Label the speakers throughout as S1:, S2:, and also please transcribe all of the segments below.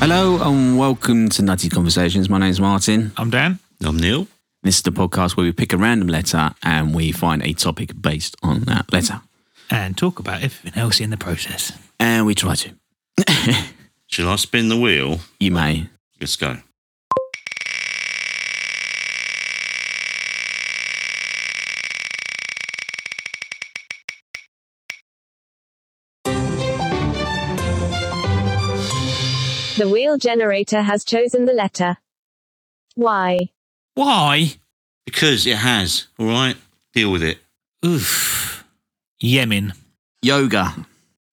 S1: Hello and welcome to Nutty Conversations. My name's Martin.
S2: I'm Dan.
S3: I'm Neil.
S1: This is the podcast where we pick a random letter and we find a topic based on that letter.
S2: And talk about everything else in the process.
S1: And we try to.
S3: Shall I spin the wheel?
S1: You may.
S3: Let's go.
S4: The wheel generator has chosen the letter Y.
S2: Why?
S3: Because it has, all right? Deal with it.
S2: Oof. Yemen.
S1: Yoga.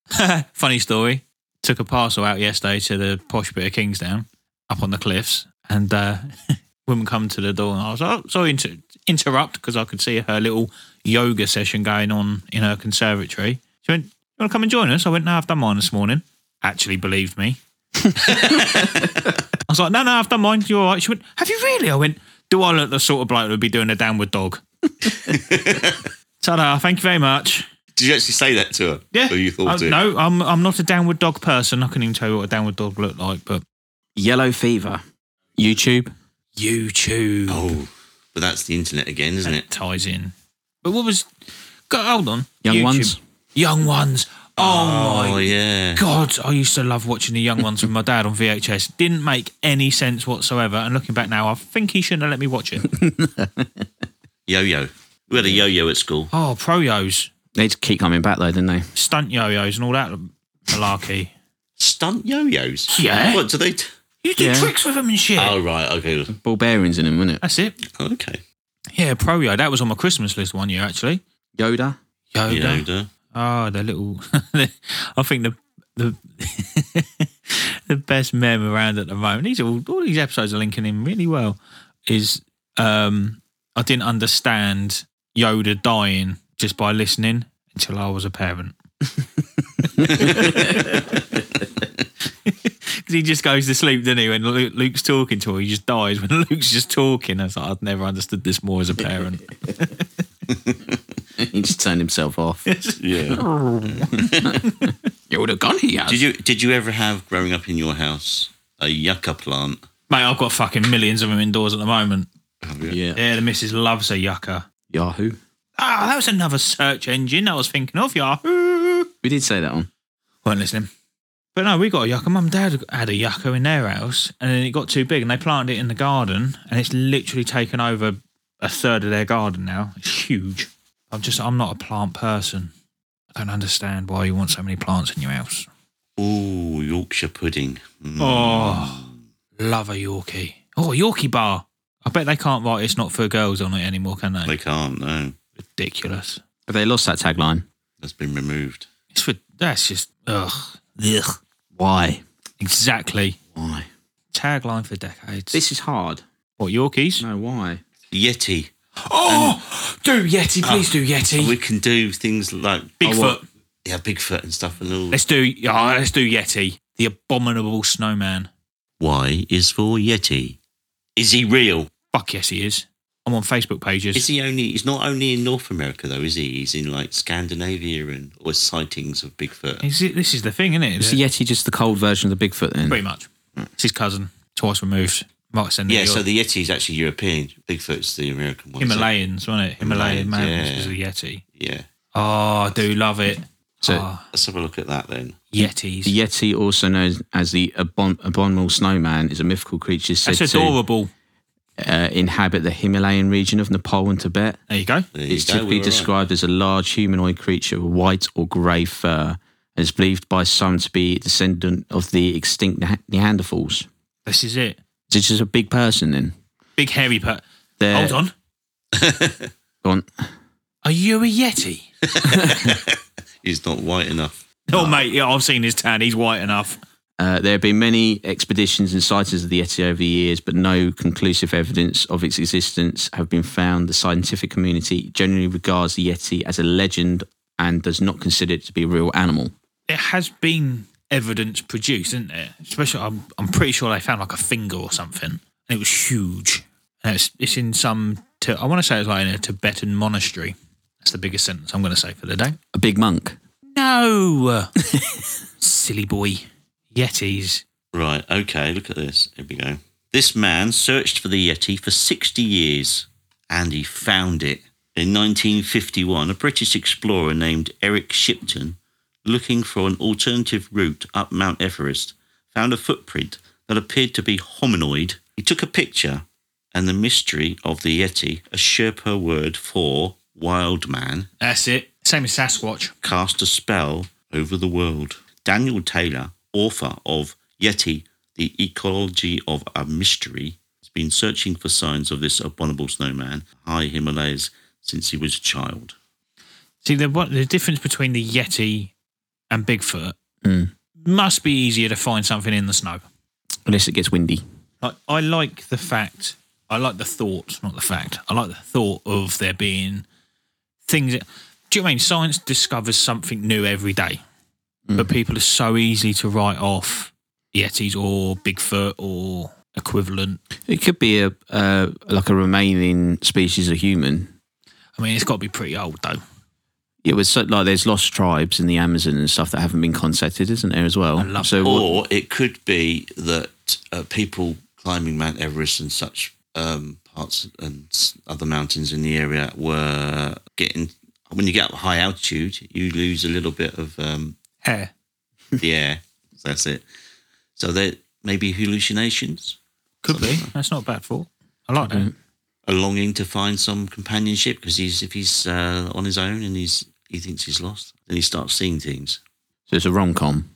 S2: Funny story. Took a parcel out yesterday to the posh bit of Kingsdown up on the cliffs, and uh, woman come to the door, and I was like, oh, sorry inter- interrupt because I could see her little yoga session going on in her conservatory. She went, "You want to come and join us?" I went, "No, I've done mine this morning." Actually, believed me. I was like, "No, no, I've done mine. You're all right." She went, "Have you really?" I went, "Do I look the sort of bloke that would be doing a downward dog?" Ta-da! Thank you very much.
S3: Did you actually say that to her?
S2: Yeah.
S3: Or you thought
S2: Uh,
S3: it?
S2: No, I'm I'm not a downward dog person. I can even tell you what a downward dog looked like, but
S1: Yellow fever. YouTube.
S2: YouTube
S3: Oh, but that's the internet again, isn't it?
S2: ties in. But what was? Go, hold on,
S1: Young
S2: YouTube.
S1: ones.
S2: young ones. Oh,
S3: Oh,
S2: my
S3: yeah.
S2: god, I used to love watching the young ones with my dad on VHS. Didn't make any sense whatsoever. And looking back now, I think he shouldn't have let me watch it.
S3: Yo yo. We had a yo yo at school.
S2: oh, pro yos,
S1: They just keep coming back though, didn't they?
S2: stunt yo yos, and all that malarkey.
S3: Stunt yo yos?
S2: Yeah.
S3: What do they. T-
S2: you do
S1: Yeah.
S2: tricks with them and shit.
S3: oh, right. Okay.
S1: Ball bearings in them, wasn't it?
S2: That's it.
S3: Okay.
S2: Yeah, pro yo. That was on my Christmas list one year actually.
S1: Yoda.
S2: Yoda.
S3: Yoda.
S2: Oh, the little. I think the the the best meme around at the moment. These are all, all these episodes are linking in really well. Is um, I didn't understand Yoda dying just by listening until I was a parent. Because he just goes to sleep, doesn't he? When Lu- Luke's talking to her, he just dies. When Luke's just talking, I was like, I've never understood this more as a parent.
S1: he just turned himself off.
S3: Yeah.
S1: Yoda gone here.
S3: Did you Did you ever have growing up in your house a yucca plant?
S2: Mate, I've got fucking millions of them indoors at the moment.
S1: Yeah.
S2: Yeah, the missus loves a yucca.
S1: Yahoo.
S2: Ah, that was another search engine I was thinking of, Yahoo!
S1: We did say that one.
S2: Weren't listening. But no, we got a yucca. Mum and dad had a yucca in their house, and then it got too big, and they planted it in the garden, and it's literally taken over a third of their garden now. It's huge. I'm just, I'm not a plant person. I don't understand why you want so many plants in your house.
S3: Oh, Yorkshire pudding. Mm.
S2: Oh, love a Yorkie. Oh, a Yorkie bar. I bet they can't write it's not for girls on it anymore, can they?
S3: They can't. No,
S2: Ridiculous.
S1: Have they lost that tagline?
S3: that's been removed.
S2: It's for, that's just, ugh. Ugh.
S1: Why?
S2: Exactly.
S1: Why?
S2: Tagline for decades.
S1: This is hard.
S2: what Yorkies?
S1: No, why?
S3: Yeti.
S2: Oh, do Yeti, please do Yeti.
S3: We can do things like
S2: Bigfoot.
S3: Oh, what- yeah, Bigfoot and stuff and all.
S2: let's do. ah, let's do Yeti. The abominable snowman.
S3: Y is for Yeti. Is he real?
S2: Fuck yes, he is. I'm on Facebook pages.
S3: Is he only? He's not only in North America though, is he? He's in like Scandinavia and or sightings of Bigfoot.
S2: Is it, this is the thing, isn't it?
S1: Is the Yeti just the cold version of the Bigfoot then?
S2: Pretty much. It's his cousin, twice removed. Might send
S3: Yeah, so the Yeti is actually European. Bigfoot's the American one. isn't it?
S2: Himalayans, wasn't it? Himalayan
S3: Himalayans,
S2: mountains
S3: yeah.
S2: is a Yeti.
S3: Yeah.
S2: Oh, I do love it.
S1: So-
S2: Ah,
S3: Let's have a look at that then.
S2: Yetis.
S1: The Yeti, also known as the abom- abominable snowman, is a mythical creature said
S2: That's
S1: to
S2: adorable.
S1: uh, inhabit the Himalayan region of Nepal and Tibet.
S2: There you go.
S3: There you
S1: It's
S3: go,
S1: typically
S3: we're all right.
S1: described as a large humanoid creature with white or grey fur, and is believed by some to be a descendant of the extinct ne- Neanderthals.
S2: This is it.
S1: So it's just a big person then.
S2: Big hairy per.
S1: They're-
S2: Hold on.
S1: Go on.
S2: Are you a Yeti?
S3: He's not white enough.
S2: Oh, mate, yeah, I've seen his tan. He's white enough.
S1: Uh, there have been many expeditions and sightings of the Yeti over the years, but no conclusive evidence of its existence have been found. The scientific community generally regards the Yeti as a legend and does not consider it to be a real animal.
S2: There has been evidence produced, isn't there? Especially, I'm, I'm pretty sure they found like a finger or something, and it was huge. And it's, it's in some, Ti- I want to say it's like in a Tibetan monastery. That's the biggest sentence I'm going to say for the day.
S1: A big monk.
S2: No! Silly boy. Yetis
S3: Right, okay, look at this. Here we go. This man searched for the Yeti for 60 years and he found it. In 1951, a British explorer named Eric Shipton, looking for an alternative route up Mount Everest, found a footprint that appeared to be hominoid. He took a picture, and the mystery of the Yeti, a Sherpa word for wild man,
S2: That's it. Same as Sasquatch.
S3: cast a spell over the world. Daniel Taylor, author of Yeti, The Ecology of a Mystery, has been searching for signs of this abominable snowman, high Himalayas, since he was a child.
S2: See, the, what, the difference between the Yeti and Bigfoot
S1: Mm.
S2: must be easier to find something in the snow.
S1: Unless it gets windy.
S2: Like, I like the fact, I like the thought, not the fact, I like the thought of there being things. That, do you know what I mean science discovers something new every day? But people are so easy to write off Yetis or Bigfoot or equivalent.
S1: It could be a uh, like a remaining species of human.
S2: I mean, it's got to be pretty old though.
S1: It was so, like there's lost tribes in the Amazon and stuff that haven't been contacted, isn't there as well?
S2: I love
S1: so what-
S3: Or it could be that uh, people climbing Mount Everest and such um, parts and s- other mountains in the area were getting. When you get up high altitude, you lose a little bit of um,
S2: Hair.
S3: the air. That's it. So there may be hallucinations,
S2: Could be. That's not a bad thought. I like that.
S3: a longing to find some companionship because he's if he's uh, on his own and he's he thinks he's lost, then he starts seeing things.
S1: so it's a rom com.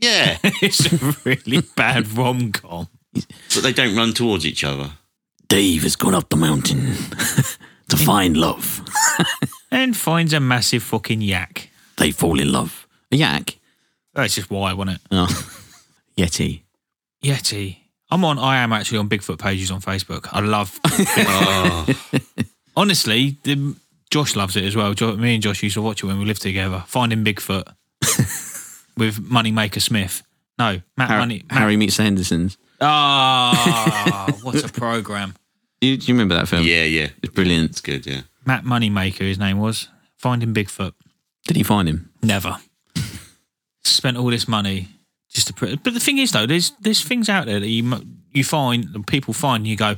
S3: Yeah,
S2: it's a really bad rom com.
S3: but they don't run towards each other.
S1: Dave has gone up the mountain to find love.
S2: And finds a massive fucking yak.
S1: They fall in love. A yak.
S2: That's just why, wasn't it?
S1: Oh. Yeti.
S2: Yeti. I'm on. I am actually on Bigfoot pages on Facebook. I love.
S3: Oh,
S2: honestly, the, Josh loves it as well. Jo- me and Josh used to watch it when we lived together. Finding Bigfoot with Moneymaker Smith. No, Matt
S1: Har-
S2: Money. Matt-
S1: Harry meets the Hendersons.
S2: Ah, what a program.
S1: Do you, do you remember that film?
S3: yeah, yeah,
S1: It's brilliant.
S3: it's good. Yeah.
S2: Matt Moneymaker, his name was. Finding Bigfoot.
S1: Did he find him?
S2: Never. Spent all this money just to put. But the thing is, though, there's there's things out there that you mu- you find that people find and you go,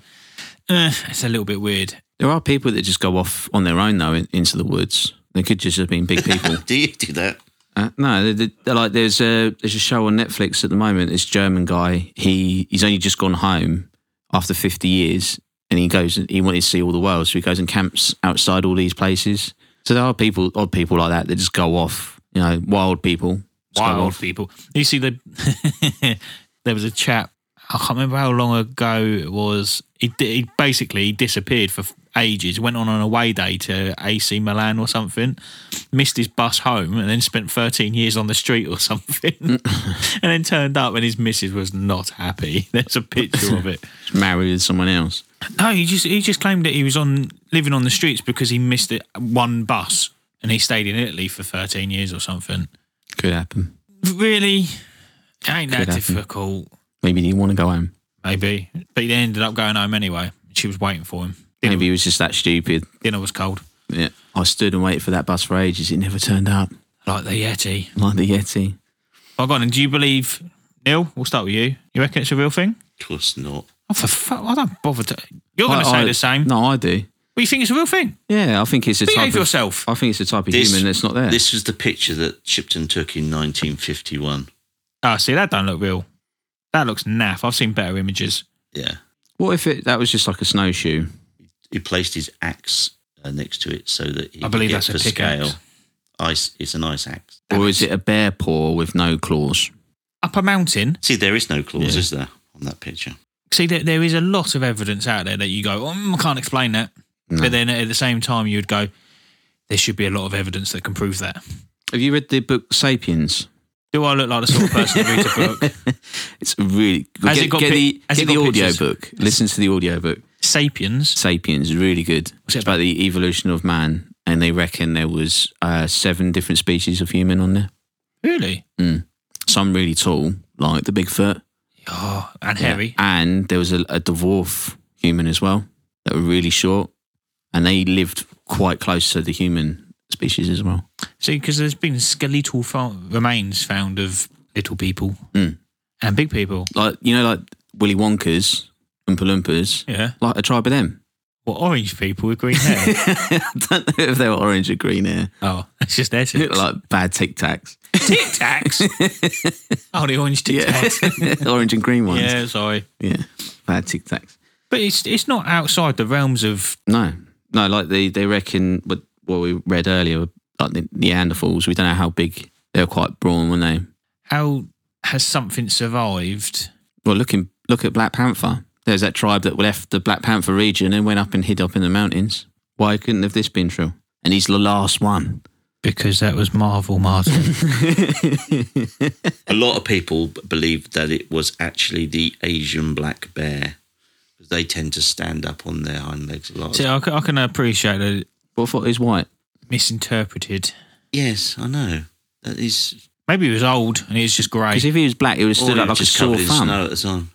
S2: eh, it's a little bit weird.
S1: There are people that just go off on their own though in, into the woods. They could just have been big people.
S3: Do you do that?
S1: Uh, no, they they're like there's a there's a show on Netflix at the moment. This German guy, he he's only just gone home after 50 years, and he goes and he wanted to see all the world, so he goes and camps outside all these places. So there are people, odd people like that, that just go off. You know, wild people. Just go
S2: Wild
S1: off.
S2: people. You see, the there was a chap. I can't remember how long ago it was. He, di- he basically disappeared for f- ages. Went on an away day to AC Milan or something. Missed his bus home and then spent 13 years on the street or something. and then turned up and his missus was not happy. There's a picture of it.
S1: Just married with someone else.
S2: No, he just he just claimed that he was on living on the streets because he missed it, one bus and he stayed in Italy for 13 years or something.
S1: Could happen.
S2: Really, ain't that
S1: Could happen.
S2: difficult?
S1: Maybe he didn't want to go home.
S2: Maybe, but he ended up going home anyway. She was waiting for him. Dinner,
S1: Maybe he was just that stupid.
S2: dinner was cold,
S1: Yeah. I stood and waited for that bus for ages. It never turned up.
S2: like the Yeti.
S1: Like the Yeti.
S2: Oh God! And do you believe Neil? We'll start with you. You reckon it's a real thing?
S3: Of course not.
S2: Oh, for fuck! I don't bother to. You're going
S1: I-
S2: to say
S1: I-
S2: the same.
S1: No, I do.
S2: Well, you think it's a real thing?
S1: Yeah, I think it's a
S2: Behave
S1: type of.
S2: yourself.
S1: I think it's a type of
S3: This-
S1: human that's not there.
S3: This was the picture that Shipton took in 1951.
S2: Ah, see, that don't look real. That looks naff. I've seen better images.
S3: Yeah.
S1: What if it that was just like a snowshoe?
S3: He placed his axe uh, next to it so that he
S2: I believe
S3: could
S2: that's
S3: get
S2: a
S3: for
S2: pickaxe.
S3: scale. Ice. It's an ice axe.
S1: or is it a bear paw with no claws?
S2: Up a mountain.
S3: See, there is no claws,
S1: Yeah.
S3: is there, on that picture?
S2: See, there, there is a lot of evidence out there that you go, "Mm, I can't explain that.
S1: No.
S2: But then at the same time, you would go, there should be a lot of evidence that can prove that.
S1: Have you read the book Sapiens?
S2: Do I look like the sort of person who reads a book?
S1: It's really
S2: Has
S1: get,
S2: it got
S1: get
S2: pic-
S1: the
S2: has
S1: get
S2: it
S1: the
S2: got
S1: audio
S2: pictures?
S1: book. Listen to the audio book.
S2: Sapiens.
S1: Sapiens is really good.
S2: What's it
S1: it's about the evolution of man, and they reckon there was uh, seven different species of human on there.
S2: Really?
S1: Some really tall, like the Bigfoot,
S2: Oh, and
S1: Yeah.
S2: hairy.
S1: and there was a, a dwarf human as well that were really short, and they lived quite close to the human species as well.
S2: See, because there's been skeletal fo- remains found of little people.
S1: Mm.
S2: and big people.
S1: Like you know, like Willy Wonka's and Palumpas,
S2: Yeah.
S1: like a tribe of them.
S2: Well, orange people with green hair.
S1: I don't know if they were orange or green hair.
S2: oh, it's just their
S1: They look
S2: six.
S1: like bad Tic Tacs.
S2: Tic Tacs. oh, the orange Tic
S1: Yeah,
S2: Tacs.
S1: orange and green ones. Yeah,
S2: yeah, sorry.
S1: bad Tic Tacs.
S2: But it's it's not outside the realms of
S1: No, no, like they they reckon what what we read earlier, like the Neanderthals. We don't know how big they were. Quite brawn, weren't they?
S2: how has something survived.
S1: Well, looking look at Black Panther. There's that tribe that left the Black Panther region and went up and hid up in the mountains. Why couldn't have this been true? And he's the last one.
S2: Because that was Marvel, Martin.
S3: A lot of people b- believe that it was actually the Asian black bear because they tend to stand up on their hind legs a lot.
S2: See, I, can- I can appreciate that
S1: But I thought he was white.
S2: misinterpreted.
S3: yes, I know. That is
S2: Maybe he was old and he was just grey.
S1: Because if he was black, he would have
S3: or
S1: stood
S3: they
S1: up
S3: were
S1: like a
S3: just
S1: sore
S3: covered in
S1: thumb.
S3: snow at the time.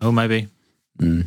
S2: Oh, maybe.
S3: Hmm.
S1: Mm.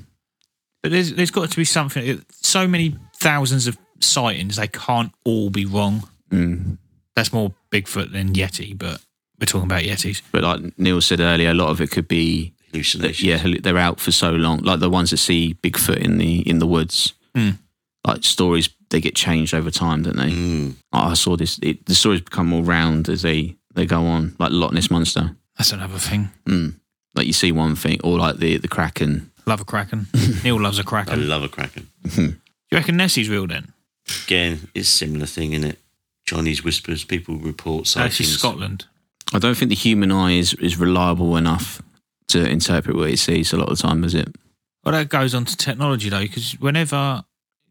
S2: But there's there's got to be something. it- So many thousands of sightings, they can't all be wrong.
S3: Hmm.
S1: Mm.
S2: That's more Bigfoot than Yeti, but we're talking about Yetis.
S1: But like Neil said earlier, a lot of it could be that,
S3: Hallucinations.
S1: yeah hallu- they're out for so long. Like the ones that see Bigfoot in the in the woods,
S3: Hmm.
S2: Mm.
S1: like stories they get changed over time, don't they?
S3: Mm.
S1: Like, Oh, I saw this. It, the stories become more round as they they go on. Like Loch Ness monster.
S2: That's another thing.
S1: Mm. Like you see one thing, or like the the kraken.
S2: Love a kraken. Neil loves a
S3: I
S2: kraken. Do
S3: love a kraken.
S2: you reckon Nessie's real then?
S3: Again, it's a similar thing, isn't it? Chinese whispers. People report
S2: So she's
S3: sightings.
S2: Scotland.
S1: I don't think the human eye is, is reliable enough to interpret what it sees a lot of the time, is it?
S2: Well, that goes on to technology though, because whenever,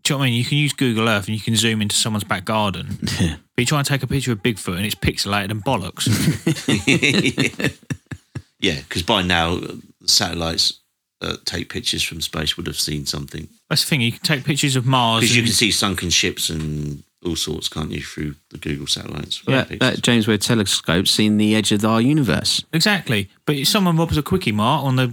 S2: do you know what I mean? You can use Google Earth and you can zoom into someone's back garden, but you try and take a picture of Bigfoot and it's pixelated and bollocks.
S3: yeah, because by now satellites that take pictures from space would have seen something.
S2: That's the thing. You can take pictures of Mars.
S3: Because you
S2: and-
S3: can see sunken ships and all sorts, can't you, through the Google satellites?
S1: that, that James Webb Telescope's seen the edge of our universe.
S2: Exactly. But if someone robs a quickie mart on the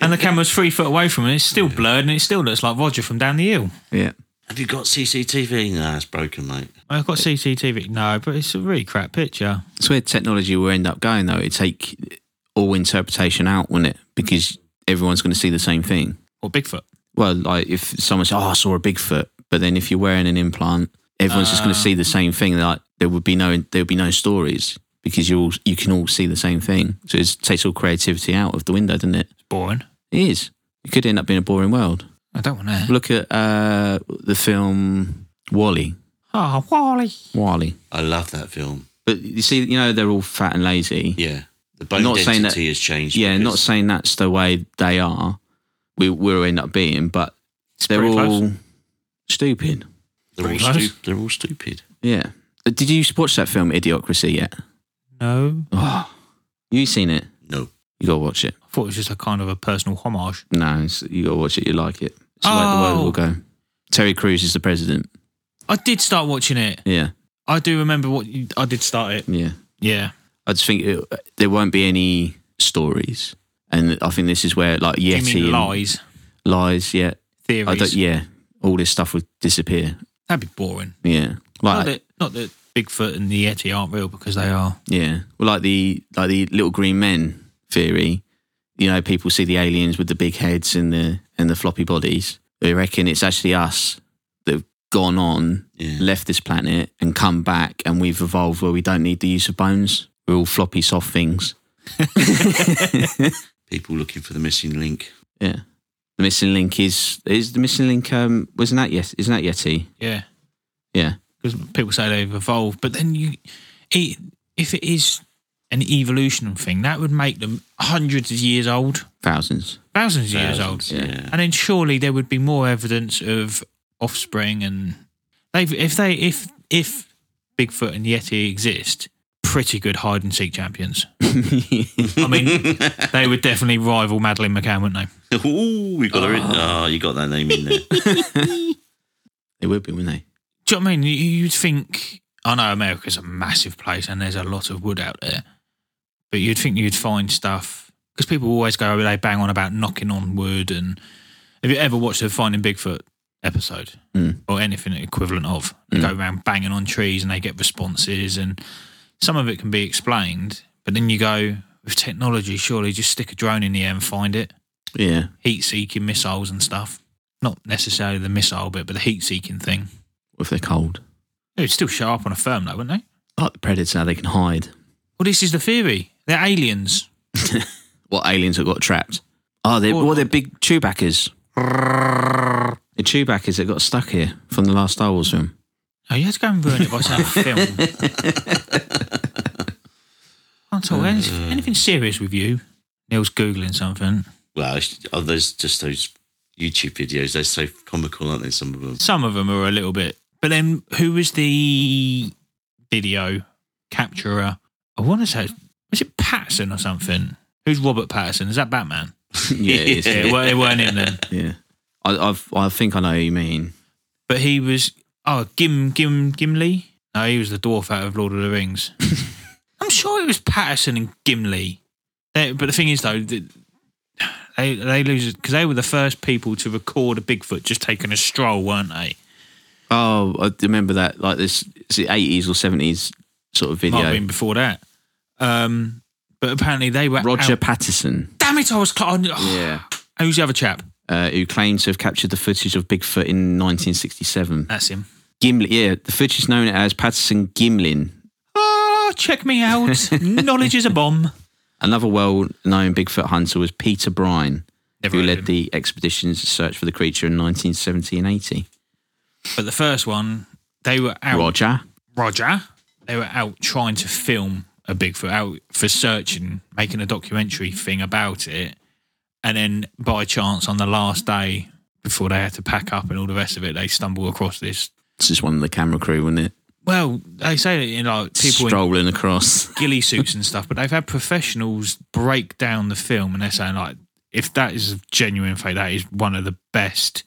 S2: and the camera's three foot away from it, it's still blurred and it still looks like Roger from down the hill.
S1: Yeah.
S3: Have you got CCTV? No, it's broken, mate.
S2: I've got CCTV. No, but it's a really crap picture.
S1: It's where technology will end up going, though. It take all interpretation out, wouldn't it? Because everyone's going to see the same thing.
S2: Or Bigfoot.
S1: Well, like if someone says, "Oh, I saw a Bigfoot," but then if you're wearing an implant, everyone's just going
S2: Ah.
S1: to see the same thing. Like there would be no there would be no stories because you all you can all see the same thing. So it takes all creativity out of the window, doesn't it?
S2: It's boring.
S1: It is. It could end up being a boring world.
S2: I don't want to.
S1: Look at uh, the film Wally.
S2: Oh, Wally.
S1: Wally.
S3: I love that film.
S1: But you see, you know they're all fat and lazy.
S3: Yeah. The bone
S1: Not
S3: density
S1: saying that-
S3: has changed.
S1: yeah,
S3: because-
S1: not saying that's the way they are. We will end up being, but
S2: It's
S1: they're
S2: pretty
S1: all
S2: close.
S1: stupid.
S3: they're all,
S2: Pretty close.
S3: stu- they're all stupid.
S1: Yeah. But Did you watch that film Idiocracy yet?
S2: No.
S1: Oh, you seen it?
S3: No.
S1: You gotta watch it.
S2: I thought it was just a kind of a personal homage.
S1: No, it's, you gotta watch it. You like it. It's like the
S2: Oh.
S1: world will go. Terry Crews is the president.
S2: I did start watching it.
S1: Yeah,
S2: I do remember what you, I did start it.
S1: yeah.
S2: Yeah.
S1: I just think it, there won't be any stories, and I think this is where like Yeti
S2: you mean
S1: and
S2: lies,
S1: lies. Yeah, I don't,
S2: theories?
S1: yeah. All this stuff would disappear.
S2: That'd be boring.
S1: Yeah, like
S2: not, that, not that Bigfoot and the Yeti aren't real because they are.
S1: Yeah, well, like the like the little green men theory. You know, people see the aliens with the big heads and the and the floppy bodies. They reckon it's actually us that've gone on,
S3: Yeah.
S1: left this planet, and come back, and we've evolved where we don't need the use of bones. We're all floppy, soft things.
S3: People looking for the missing link.
S1: Yeah. The missing link is is the missing link. Um, wasn't that yes? Isn't that Yeti?
S2: Yeah.
S1: Yeah.
S2: because people say they've evolved, but then you, it, if it is an evolution thing, that would make them hundreds of years old,
S1: Thousands.
S2: thousands of years old,
S3: Thousands, Yeah.
S2: and then surely there would be more evidence of offspring and they've if they if if Bigfoot and Yeti exist, pretty good hide and seek champions. I mean, they would definitely rival Madeline McCann, wouldn't they?
S3: Ooh, we got her in.
S1: Ah.
S3: Oh, you got that name in there.
S1: They would be, wouldn't they?
S2: Do you know what I mean? You- You'd think, I know America's a massive place and there's a lot of wood out there, but you'd think you'd find stuff because people always go, they bang on about knocking on wood. And have you ever watched the Finding Bigfoot episode
S1: Mm.
S2: or anything equivalent of? They
S1: Mm.
S2: go around banging on trees and they get responses, and some of it can be explained, but then you go, with technology, surely just stick a drone in the air and find it.
S1: Yeah.
S2: Heat seeking missiles and stuff. Not necessarily the missile bit, but the heat seeking thing.
S1: What if they're cold?
S2: It would still show up on a firm, though, wouldn't they?
S1: Like the predator, they can hide.
S2: Well, this is the theory. They're aliens.
S1: What aliens have got trapped? Oh, they're,
S2: Or-
S1: well, they're big Chewbacca's. The Chewbacca's that got stuck here from the last Star Wars film.
S2: Oh, you had to go and ruin it by saying film. Can't talk
S1: Uh.
S2: anything, anything serious with you. Neil's Googling something.
S3: Well, it's- oh, there's just those YouTube videos. They're so comical, aren't they? Some of them.
S2: Some of them are a little bit. But then who was the video capturer? I want to say, was it Patterson or something? Who's Robert Patterson? Is that Batman?
S1: yeah, it is.
S2: Yeah, it weren't, it weren't him then.
S1: yeah. I, I've, I think I know who you mean.
S2: But he was, oh, Gim, Gim, Gimli? No, he was the dwarf out of Lord of the Rings. I'm sure it was Patterson and Gimli. They, but the thing is, though, that they, they lose because they were the first people to record a Bigfoot just taking a stroll, weren't they?
S1: Oh, I remember that. Like this, it's the eighties or seventies sort of
S2: Might
S1: video.
S2: have been before that. Um, but apparently they were
S1: Roger
S2: out-
S1: Patterson,
S2: Damn it! I was. Cl-
S1: yeah,
S2: Who's the other chap?
S1: uh, who claimed to have captured the footage of Bigfoot in 1967.
S2: That's him.
S1: Gimlin, yeah, the footage is known as Patterson Gimlin,
S2: Ah, check me out. Knowledge is a bomb.
S1: Another well-known Bigfoot hunter was Peter Bryan,
S2: Never
S1: who
S2: heard
S1: led
S2: of him.
S1: the expedition's search for the creature in 1970 and 80.
S2: But the first one, they were out.
S1: Roger,
S2: Roger. They were out trying to film a Bigfoot, out for searching, making a documentary thing about it. And then by chance, on the last day before they had to pack up and all the rest of it, they stumbled across this.
S1: it's just one of the camera crew, wasn't it?
S2: Well, they say that you know people in
S1: Strolling across.
S2: ghillie suits and stuff, but they've had professionals break down the film and they're saying like, if that is a genuine fake, that is one of the best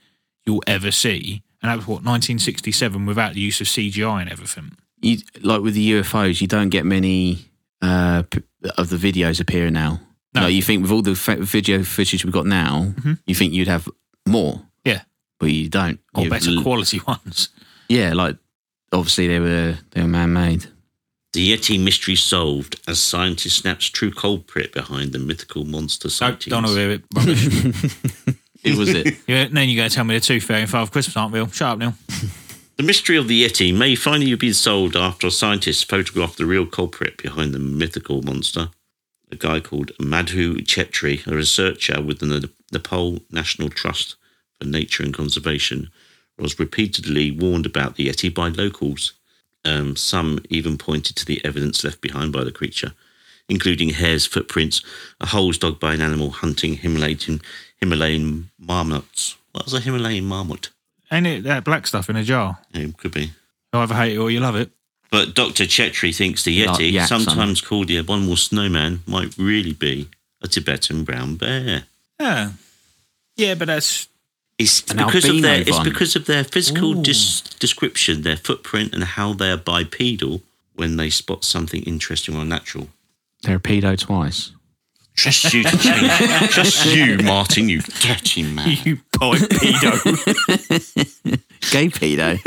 S2: you'll ever see. And that was what 1967 without the use of CGI and everything.
S1: You, like with the UFOs, you don't get many uh, p- of the videos appearing now.
S2: No. Mm-hmm.
S1: Like, you think with all the fa- video footage we've got now, you think you'd have more,
S2: Yeah,
S1: but you don't.
S2: or
S1: You-
S2: better quality ones.
S1: Yeah, like obviously they were they were man-made.
S3: The Yeti mystery solved as scientists snaps true culprit behind the mythical monster
S2: Don't,
S3: sightings.
S2: don't hear it. Rubbish.
S1: It was it.
S2: Yeah, and then you're going to tell me the two fairy and five Christmas aren't real. Shut up, Neil.
S3: The mystery of the Yeti may finally be solved after scientists photographed the real culprit behind the mythical monster, a guy called Madhu Chetri, a researcher with the Ne- Nepal National Trust for Nature and Conservation, was repeatedly warned about the Yeti by locals. Um, some even pointed to the evidence left behind by the creature, including hares, footprints, a holes dug by an animal hunting Himalayan, Himalayan marmots. What was a Himalayan marmot?
S2: Ain't it that black stuff in a jar?
S3: It could be.
S2: You either hate it or you love it.
S3: But Dr. Chetri thinks the
S1: Like
S3: Yeti,
S1: yak,
S3: sometimes called the abominable snowman, might really be a Tibetan brown bear.
S2: Yeah. Yeah, but that's
S3: It's
S1: An
S3: because of
S1: albino
S3: their it's
S1: one.
S3: because of their physical dis- description, their footprint, and how they are bipedal when they spot something interesting or natural.
S1: They're a pedo twice.
S3: Just you, just you, Martin, you dirty man.
S2: you pipedo.
S1: Gay pedo.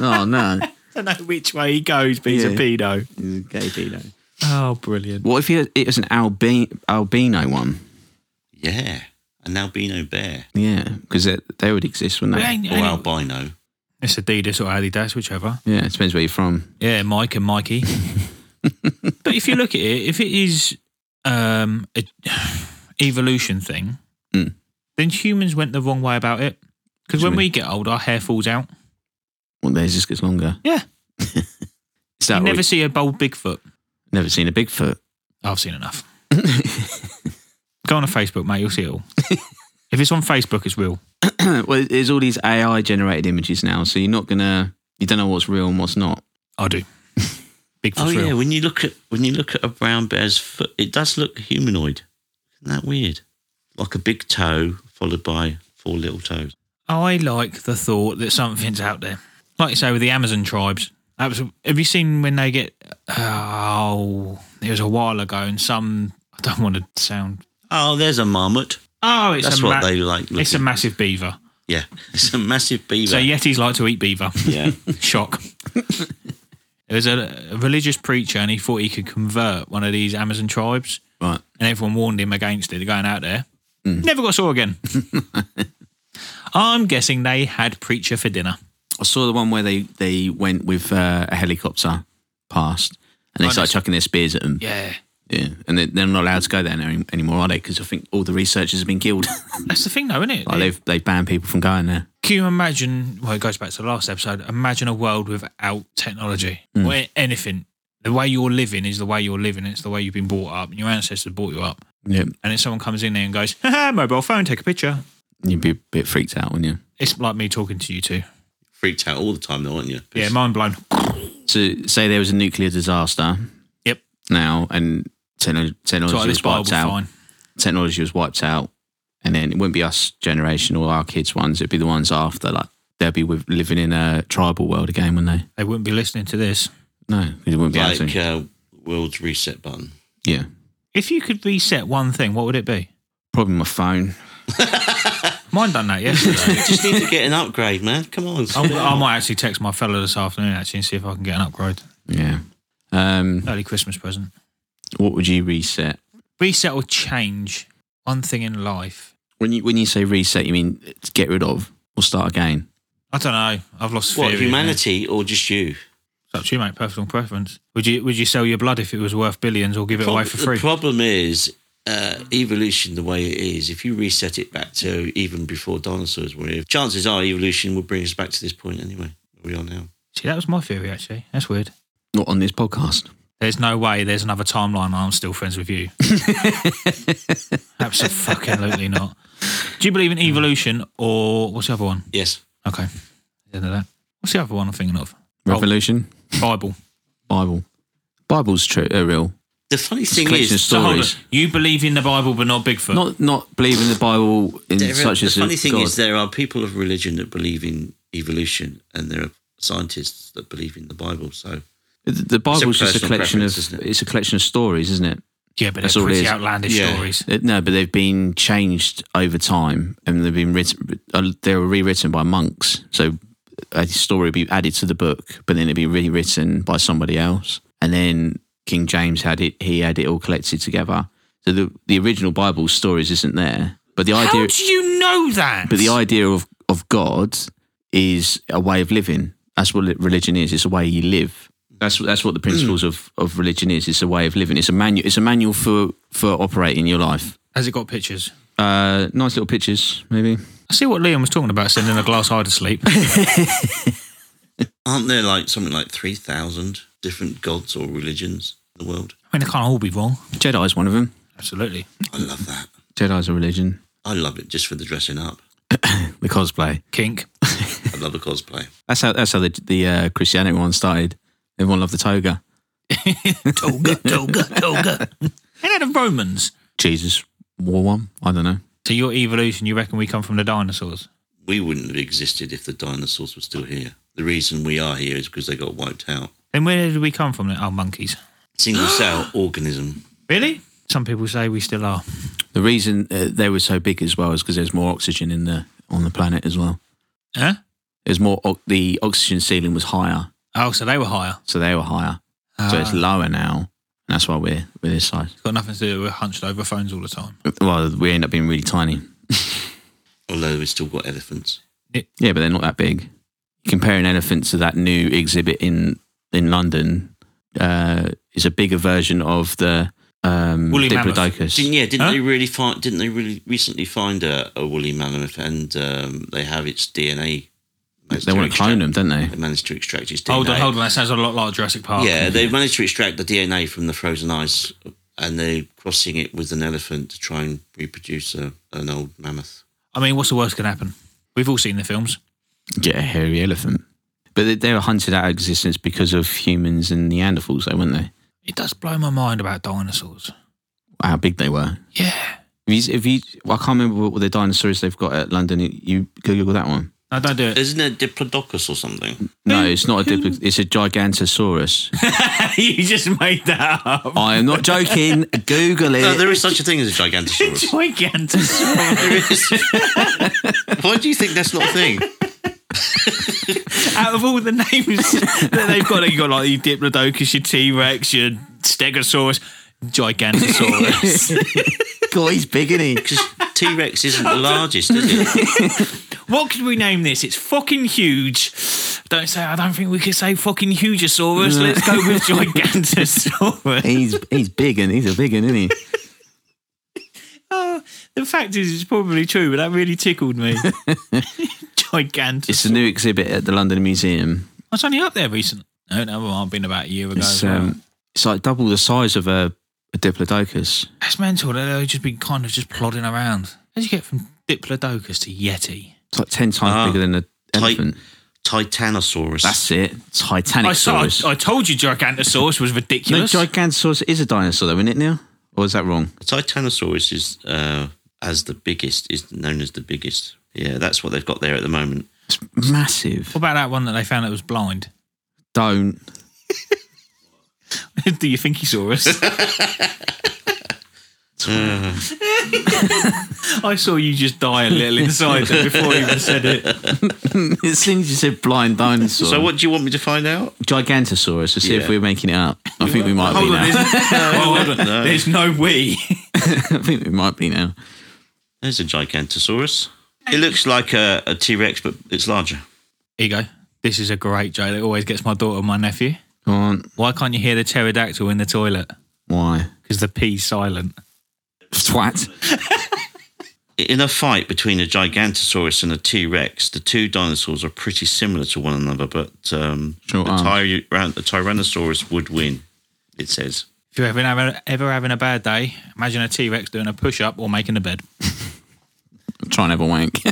S1: oh no,
S2: I don't know which way he goes, but he's a
S1: Yeah.
S2: pedo.
S1: He's a gay pedo.
S2: Oh, brilliant.
S1: What if you- it was an albi- albino one?
S3: Yeah, an albino bear
S1: Yeah, because they would exist, wouldn't
S2: Well,
S1: they?
S2: ain't-
S3: or
S2: ain't-
S3: albino.
S2: It's Adidas or Adidas, whichever.
S1: Yeah, it depends where you're from.
S2: Yeah, Mike and Mikey. but if you look at it, if it is um, a evolution thing,
S1: Mm.
S2: then humans went the wrong way about it. Because
S1: do you
S2: when we get old, our hair falls out.
S1: Well, theirs just gets longer.
S2: Yeah.
S1: Is
S2: You
S1: that
S2: never
S1: never,
S2: see a bald Bigfoot.
S1: never seen a Bigfoot.
S2: I've seen enough. Go on to Facebook, mate. You'll see it all. if it's on Facebook, it's real.
S1: well, there's all these AI generated images now, so you're not gonna, you don't know what's real and what's not.
S2: I do. Bigfoot's
S3: Oh yeah,
S2: real.
S3: when you look at when you look at a brown bear's foot, it does look humanoid. Isn't that weird? Like a big toe followed by four little toes.
S2: I like the thought that something's out there. Like you say with the Amazon tribes. That was- have you seen when they get? Oh, it was a while ago, and some. I don't want to sound.
S3: Oh, there's a marmot.
S2: Oh, it's
S3: That's
S2: a ma-
S3: what they like.
S2: It's a
S3: looking-
S2: massive beaver.
S3: yeah, it's a massive beaver.
S2: So Yetis like to eat beaver.
S3: yeah.
S2: Shock. there was a, a religious preacher, and he thought he could convert one of these Amazon tribes.
S1: Right.
S2: and everyone warned him against it going out there. Never got saw again. I'm guessing they had preacher for dinner.
S1: I saw the one where they, they went with uh, a helicopter past and they
S2: Oh,
S1: started
S2: nice.
S1: chucking their spears at them.
S2: Yeah,
S1: Yeah. And they, they're not allowed to go there now, anymore, are they? Because I think all the researchers have been killed.
S2: that's the thing, though, isn't it?
S1: like they've, they've banned people from going there.
S2: Can you imagine? Well, it goes back to the last episode. Imagine a world without technology, where anything, the way you're living is the way you're living. It's the way you've been brought up, and your ancestors brought you up.
S1: Yep.
S2: And then someone comes in there and goes, "Haha, mobile phone, take a picture."
S1: You'd be a bit freaked out, wouldn't you?
S2: It's like me talking to you two.
S3: Freaked out all the time, though, aren't you?
S2: Yeah, mind blown.
S1: So, say there was a nuclear disaster
S2: Yep.
S1: now and techno-
S2: It's
S1: technology
S2: like this
S1: was
S2: Bible
S1: wiped out.
S2: fine.
S1: Technology was wiped out. And then it wouldn't be us generation or our kids' ones. It'd be the ones after. Like, they'd be with, living in a tribal world again, wouldn't they?
S2: They wouldn't be listening to this.
S1: No, they wouldn't be able
S3: like
S1: to.
S3: uh, world's reset button.
S1: Yeah.
S2: If you could reset one thing, what would it be?
S1: Probably my phone.
S2: Mine done that yesterday.
S3: Just need to get an upgrade, man. Come on.
S2: I'm, I might actually text my fella this afternoon actually and see if I can get an upgrade.
S1: Yeah. Um,
S2: Early Christmas present.
S1: what would you reset?
S2: Reset or change one thing in life.
S1: When you when you say reset, you mean to get rid of or start again?
S2: I don't know. I've lost
S3: what
S2: theory,
S3: humanity or just you?
S2: man. It's up to you, mate. Personal preference. Would you Would you sell your blood if it was worth billions or give it away
S3: Prob-
S2: for free?
S3: The problem is uh, evolution the way it is. If you reset it back to even before dinosaurs were here, chances are evolution will bring us back to this point anyway. Where we are now.
S2: See, that was my theory actually. That's weird.
S1: Not on this podcast.
S2: There's no way. There's another timeline. and I'm still friends with you. Absolutely not. Do you believe in evolution or what's the other one?
S3: Yes.
S2: Okay. End of that. What's the other one I'm thinking of?
S1: Revolution,
S2: Bible.
S1: Bible, Bible's true, uh, real.
S3: The funny thing
S1: collection of
S3: is,
S2: So hold on.
S1: Stories.
S2: You believe in the Bible, but not Bigfoot.
S1: Not not believing the Bible in
S3: there are-
S1: such
S3: the
S1: as
S3: funny
S1: a
S3: thing
S1: God.
S3: is, there are people of religion that believe in evolution, and there are scientists that believe in the Bible. So
S1: the, the Bible's just a
S3: personal
S1: collection of
S3: preference, isn't it?
S1: it's a collection of stories, isn't it?
S2: yeah, but
S1: That's
S2: they're
S1: all it
S2: pretty
S1: is.
S2: outlandish
S3: Yeah.
S2: stories.
S1: Uh, No, but they've been changed over time, and they've been written. Uh, they were rewritten by monks, so a story would be added to the book, but then it'd be rewritten by somebody else, and then King James had it. He had it all collected together. So the the original Bible stories isn't there, but the idea,
S2: How do you know that?
S1: but the idea of of God is a way of living. That's what li- religion is. It's a way you live. That's that's what the principles of, of religion is. It's a way of living. It's a manual. It's a manual for for operating your life.
S2: Has it got pictures?
S1: Uh, nice little pictures, maybe.
S2: I see what Liam was talking about, sending a glass eye to sleep.
S3: aren't there like something like three thousand different gods or religions in the world?
S2: I mean, it can't all be wrong.
S1: Jedi's one of them.
S2: Absolutely.
S3: I love that.
S1: Jedi's a religion.
S3: I love it just for the dressing up.
S1: The cosplay.
S2: Kink.
S3: I love the cosplay.
S1: That's how that's how the the uh, Christianity one started. Everyone loved the toga.
S2: Toga, toga, toga. And then the Romans.
S1: Jesus wore one. I don't know.
S2: So your evolution, you reckon we come from the dinosaurs?
S3: we wouldn't have existed if the dinosaurs were still here. The reason we are here is because they got wiped out.
S2: Then where did we come from? Oh, monkeys.
S3: Single cell organism.
S2: Really? Some people say we still are.
S1: The reason uh, they were so big as well is because there's more oxygen in the on the planet as well.
S2: Huh?
S1: There's more. O- the oxygen ceiling was higher,
S2: Oh, so they were higher.
S1: so they were higher. So it's
S2: Ah.
S1: lower now. And that's why we're we're this size.
S2: It's got nothing to do with hunched over phones all the time.
S1: Well, we end up being really tiny.
S3: Although we still got elephants.
S1: Yeah, but they're not that big. Compare an elephant to that new exhibit in in London uh, is a bigger version of the um,
S2: Woolly mammoth.
S1: Diplodocus.
S3: Didn't, yeah, didn't
S2: Huh?
S3: they really find? Didn't they really recently find a, a woolly mammoth and um, they have its DNA?
S1: They want to clone them, don't they?
S3: They managed to extract its DNA.
S2: Hold on, Oh, hold on. That sounds a lot like Jurassic Park.
S3: Yeah, they managed to extract the DNA from the frozen ice, and they're crossing it with an elephant to try and reproduce a, an old mammoth.
S2: I mean, what's the worst that can happen? We've all seen the films.
S1: Get a hairy elephant. But they, they were hunted out of existence because of humans and Neanderthals, though, weren't they?
S2: It does blow my mind about dinosaurs.
S1: How big they were.
S2: Yeah.
S1: If you, if you I can't remember what the dinosaurs they've got at London. You Google that one.
S2: No, don't do it.
S3: Isn't it diplodocus or something?
S1: No, it's not a diplo- It's a Gigantosaurus.
S2: you just made that up.
S1: I am not joking. Google it.
S3: No, there is such a thing as a gigantosaurus.
S2: Gigantosaurus.
S3: There is. Why do you think that's not a thing?
S2: Out of all the names that they've got, you've got like your Diplodocus, your T Rex, your Stegosaurus. Gigantosaurus.
S1: God, he's big, isn't he?
S3: Because T Rex isn't the largest, is it?
S2: what could we name this? It's fucking huge. Don't say, I don't think we could say fucking Hugeosaurus. Let's go with Gigantosaurus.
S1: He's he's big and he's a big one, isn't he?
S2: Oh, the fact is, it's probably true, but that really tickled me. Gigantosaurus.
S1: It's a new exhibit at the London Museum.
S2: I was only up there recently. No, no, I've been about a year ago.
S1: It's
S2: as well.
S1: um, it's like double the size of a, a diplodocus.
S2: That's mental. that They've just been kind of just plodding around. How did you get from Diplodocus to Yeti?
S1: It's like ten times
S2: Uh-huh.
S3: Ah.
S1: bigger than a
S3: Tit-
S1: elephant.
S3: Titanosaurus.
S1: That's it. Titanic.
S2: I, saw, I, I told you Gigantosaurus was
S1: No,
S2: ridiculous.
S1: Gigantosaurus is a dinosaur, though, isn't it, Neil? Or is that wrong?
S3: Titanosaurus is uh, as the biggest, is known as the biggest. Yeah, that's what they've got there at the moment.
S1: It's massive.
S2: what about that one that they found that was blind?
S1: Don't.
S2: Do you think he saw us? I saw you just die a little inside there before you even said it.
S1: as soon as you said blind dinosaur,
S3: So, what do you want me to find out?
S1: Gigantosaurus. To see if
S3: Yeah.
S1: we're making it up. I think we might be
S2: Hold on,
S1: now.
S2: there's, hold on.
S3: No.
S2: there's no we.
S1: I think we might be now.
S3: There's a Gigantosaurus. It looks like a, a T Rex, but it's larger.
S2: Here you go. This is a great joke that always gets my daughter and my nephew.
S1: Come on.
S2: Why can't you hear the pterodactyl in the toilet?
S1: Why?
S2: Because the P's silent.
S1: Twat.
S3: In a fight between a Gigantosaurus and a T Rex, the two dinosaurs are pretty similar to one another, but um, the,
S1: Short arms.
S3: tyran- the Tyrannosaurus would win, it says.
S2: If you're ever having, ever having a bad day, imagine a T Rex doing a push up or making a bed.
S1: Try and have a wank.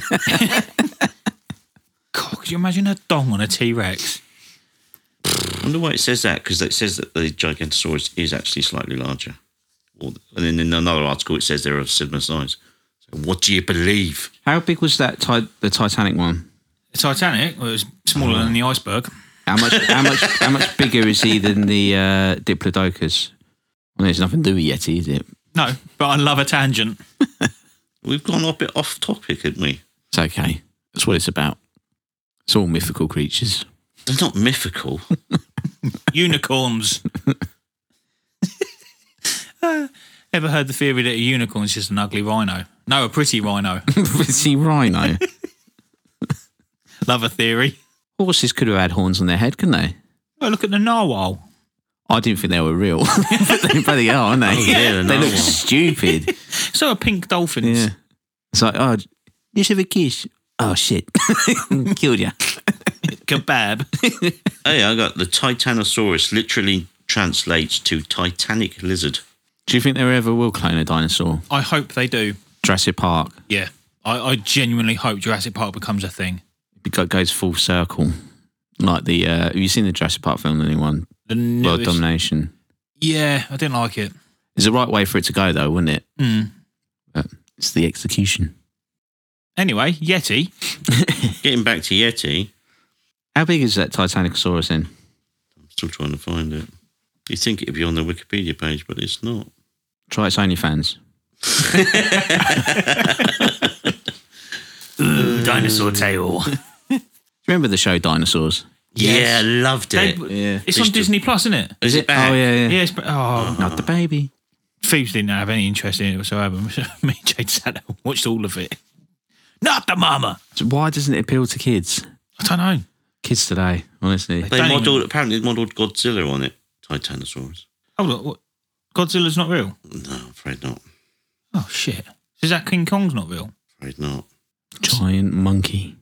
S2: God, could you imagine a dong on a T Rex?
S3: I wonder why it says that, because it says that the Gigantosaurus is actually slightly larger. Or, and then in another article, it says they're of similar size. So what do you believe?
S1: How big was that? Ti- the Titanic one.
S2: The Titanic was smaller than the iceberg.
S1: How much? How much? How much bigger is he than the uh, Diplodocus? Well, there's nothing to do with Yeti, is it?
S2: No, but I love a tangent.
S3: We've gone a bit off topic, haven't we?
S1: It's okay. That's what it's about. It's all mythical creatures.
S3: They're not mythical.
S2: Unicorns. Uh, ever heard the theory that a unicorn's just an ugly rhino? No, a pretty rhino.
S1: See, rhino.
S2: love a theory.
S1: Horses could have had horns on their head, couldn't they?
S2: Oh, look at the narwhal.
S1: I didn't think they were real. but they bloody are, aren't they?
S3: Oh, yeah, they're
S1: they look
S3: narwhal.
S1: stupid.
S2: So are pink dolphins.
S1: yeah. It's like, oh, just have a kiss. Oh, shit. Killed you.
S2: Kebab.
S3: hey, I got the Titanosaurus literally translates to Titanic lizard.
S1: Do you think they ever will clone a dinosaur?
S2: I hope they do.
S1: Jurassic Park
S2: Yeah. I, I genuinely hope Jurassic Park becomes a thing.
S1: it go- goes full circle. Like the, uh, have you seen the Jurassic Park film, anyone?
S2: The
S1: World
S2: newest-
S1: Domination.
S2: Yeah, I didn't like it.
S1: It's the right way for it to go, though, wouldn't it?
S2: Mm.
S1: But it's the execution.
S2: Anyway, Yeti.
S3: Getting back to Yeti,
S1: How big is that Titanosaurus then?
S3: I'm still trying to find it. You'd think it'd be on the Wikipedia page, but it's not.
S1: Try its OnlyFans.
S2: dinosaur tail.
S1: Remember the show Dinosaurs?
S2: Yes.
S3: Yeah, loved it.
S1: Yeah.
S2: It's on
S3: It's
S2: Disney Plus, isn't it?
S3: Is it back?
S1: Oh, yeah, yeah.
S2: Yes, but oh,
S1: Not the baby.
S2: Phoebes didn't have any interest in it whatsoever. Me and Jade sat there and watched all of it. Not the mama.
S1: So why doesn't it appeal to kids?
S2: I don't know.
S1: Kids today, honestly.
S3: They
S2: Don't even-
S3: modelled, apparently, they modelled Godzilla on it. Titanosaurus.
S2: Hold on. What? Godzilla's not real.
S3: No, I'm afraid not.
S2: Oh shit. Is that King Kong's not real?
S3: Afraid not.
S1: Giant monkey.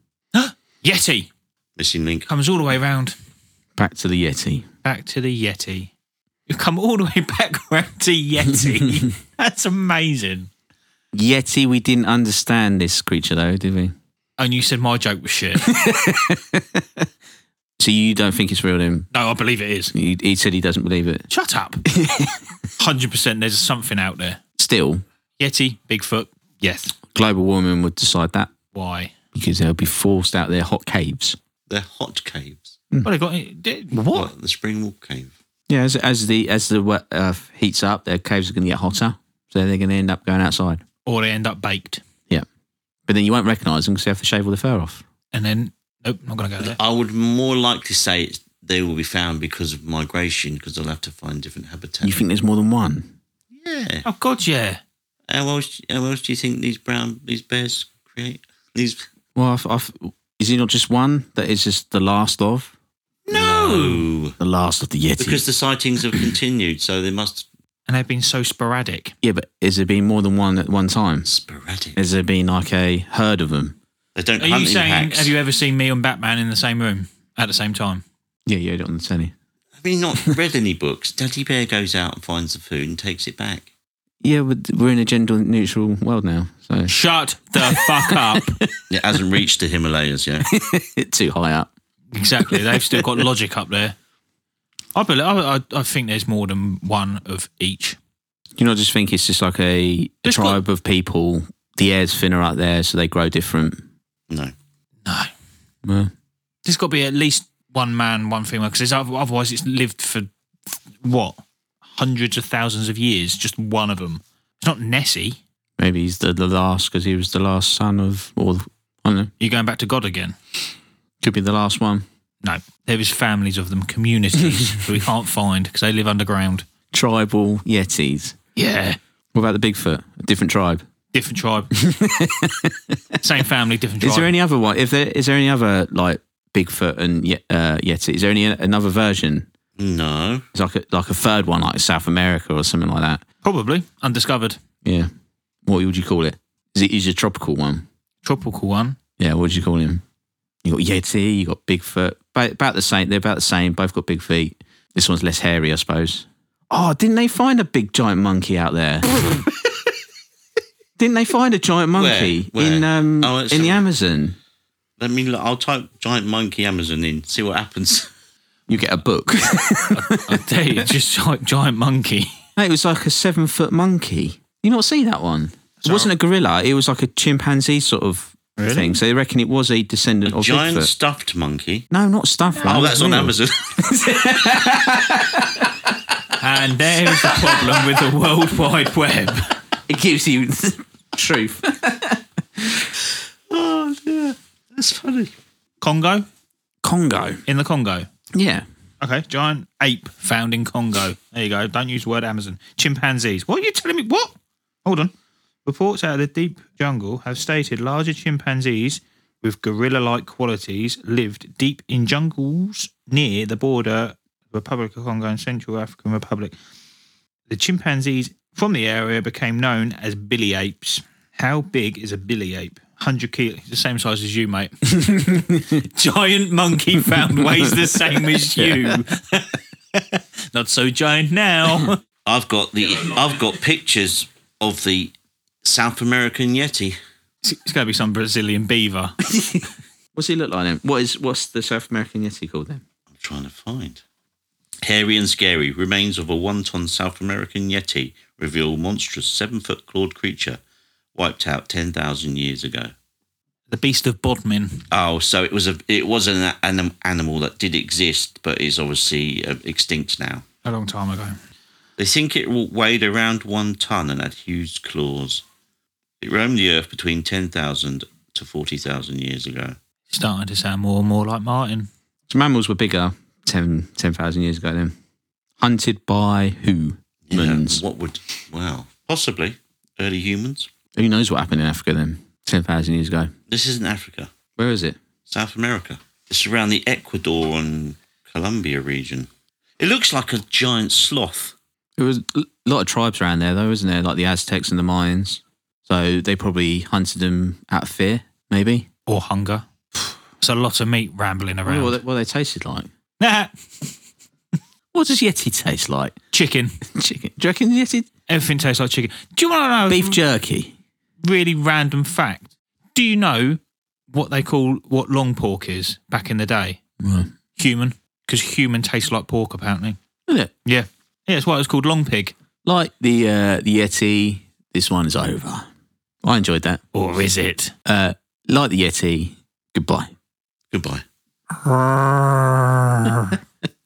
S2: Yeti
S3: Missing link.
S2: comes all the way round
S1: Back to the Yeti.
S2: back to the Yeti. You come all the way back round to Yeti. That's amazing.
S1: Yeti, we didn't understand this creature though, did we?
S2: And you said my joke was shit.
S1: So you don't think it's real then?
S2: no, I believe it is.
S1: He, he said he doesn't believe it.
S2: Shut up. 100% there's something out there.
S1: Still,
S2: Yeti, Bigfoot, yes.
S1: global warming would decide that
S2: Why?
S1: because they'll be forced out their hot caves.
S3: They're hot caves.
S2: Well, they got it. What?
S3: Like the Springwalk cave.
S1: Yeah, as, as the as the wet earth heats up, their caves are going to get hotter, so they're going to end up going outside.
S2: Or they end up baked.
S1: Yeah, but then you won't recognise them because they have to shave all the fur off.
S2: And then, nope, not going to go there.
S3: I would more likely say it's, they will be found because of migration, because they'll have to find different habitats.
S1: You think there's more than one?
S3: Yeah.
S2: Oh God, yeah.
S3: How else, how else do you think these brown these bears create? These
S1: Well, I've, I've, is it not just one that is just the last of?
S3: No.
S1: The last of the Yeti.
S3: Because the sightings have continued, so they must
S2: And they've been so sporadic.
S1: yeah, but has there been more than one at one time?
S3: sporadic.
S1: Has there been like a herd of them?
S3: They don't
S2: Are
S3: hunt
S2: you
S3: in
S2: saying?
S3: packs.
S2: Have you ever seen me and Batman in the same room at the same time?
S1: Yeah, yeah, on the telly.
S3: Have you not read any books? Daddy Bear goes out and finds the food and takes it back.
S1: Yeah, but we're in a gender neutral world now, so
S2: Shut the fuck up.
S3: It hasn't reached the Himalayas yet.
S1: too high up.
S2: Exactly. They've still got logic up there. I believe. I, I, I think there's more than one of each.
S1: Do you not just think it's just like a, a
S2: It's got-
S1: tribe of people? The air's thinner out there, so they grow different.
S3: No.
S2: No,
S1: Well,
S2: there's got to be at least one man, one female, because otherwise it's lived for what hundreds of thousands of years. Just one of them. It's not Nessie.
S1: maybe he's the, the last because he was the last son of, or I don't know,
S2: You're going back to God again.
S1: could be the last one.
S2: No, there is families of them, communities we can't find because they live underground.
S1: Tribal Yetis.
S2: Yeah,
S1: What about the Bigfoot? A different tribe.
S2: different tribe, same family, different tribe.
S1: Is there any other one? If there is there any other like Bigfoot and Ye- uh, Yeti? Is there any another version?
S3: No.
S1: It's like a, like a third one, like South America or something like that.
S2: Probably undiscovered
S1: Yeah. What would you call it? Is it is a tropical one?
S2: tropical one.
S1: Yeah. What would you call him? You got Yeti. You got Bigfoot. About, about the same. They're about the same. Both got big feet. This one's less hairy, I suppose. Oh, didn't they find a big giant monkey out there? didn't they find a giant monkey
S3: Where? Where?
S1: in um
S3: Oh, it's
S1: in the
S3: a-
S1: Amazon?
S3: Let me look. I'll type giant monkey Amazon in, see what happens.
S1: You get a book.
S2: I tell you, just giant, giant monkey.
S1: No, it was like a seven foot monkey. You not see that one? It wasn't a gorilla. It was like a chimpanzee sort of thing. So they reckon it was a descendant of
S3: giant
S1: Bigfoot.
S3: stuffed monkey.
S1: no, not stuff.
S3: Oh, that's on Amazon.
S2: And there is the problem with the World Wide Web.
S1: It gives you truth.
S3: oh, yeah. That's funny.
S2: Congo
S1: Congo.
S2: in the Congo.
S1: Yeah.
S2: Okay, giant ape found in Congo. There you go. Don't use the word Amazon. Chimpanzees. What are you telling me? What? Hold on. Reports out of the deep jungle have stated larger chimpanzees with gorilla like qualities lived deep in jungles near the border Republic of Congo and Central African Republic. The chimpanzees from the area became known as billy apes. How big is a billy ape? 100 kilos. The same size as you, mate. giant monkey found weighs the same as you. Not so giant now.
S3: I've got the I've got pictures of the South American Yeti.
S2: It's, going to be some Brazilian beaver.
S1: What's he look like then? What is what's the South American Yeti called then?
S3: I'm trying to find. Hairy and scary, remains of a one ton South American Yeti reveal monstrous seven foot clawed creature wiped out ten thousand years ago.
S2: The Beast of Bodmin.
S3: Oh, so it was a it was an anim, animal that did exist, but is obviously uh, extinct now.
S2: A long time ago.
S3: They think it weighed around one ton and had huge claws. It roamed the earth between ten thousand to forty thousand years ago.
S2: Starting to sound more and more like Martin.
S1: So mammals were bigger 10 10,000 years ago then. Hunted by who?
S3: Yeah,
S1: Humans.
S3: Um, What would? Wow, possibly early humans.
S1: Who knows what happened in Africa then? 10,000 years ago.
S3: This isn't Africa.
S1: Where is it?
S3: South America. It's around the Ecuador and Colombia region. It looks like a giant sloth.
S1: There was a lot of tribes around there, though, isn't there? Like the Aztecs and the Mayans. So they probably hunted them out of fear, maybe.
S2: Or hunger. It's a lot of meat rambling
S1: I wonder
S2: around.
S1: what, they, what they tasted like.
S2: Nah,
S1: What does Yeti taste like?
S2: chicken.
S1: Chicken. Do you reckon Yeti?
S2: Everything tastes like chicken. Do you want to know a
S1: Beef jerky.
S2: really random fact? Do you know what they call what long pork is back in the day?
S1: Right.
S2: Human. Because human tastes like pork, apparently.
S1: Isn't it?
S2: Yeah. Yeah, it's why it's called long pig.
S1: Like the, uh, the Yeti, this one is over. I enjoyed that.
S2: Or is it?
S1: Uh, like the Yeti, goodbye.
S3: Goodbye.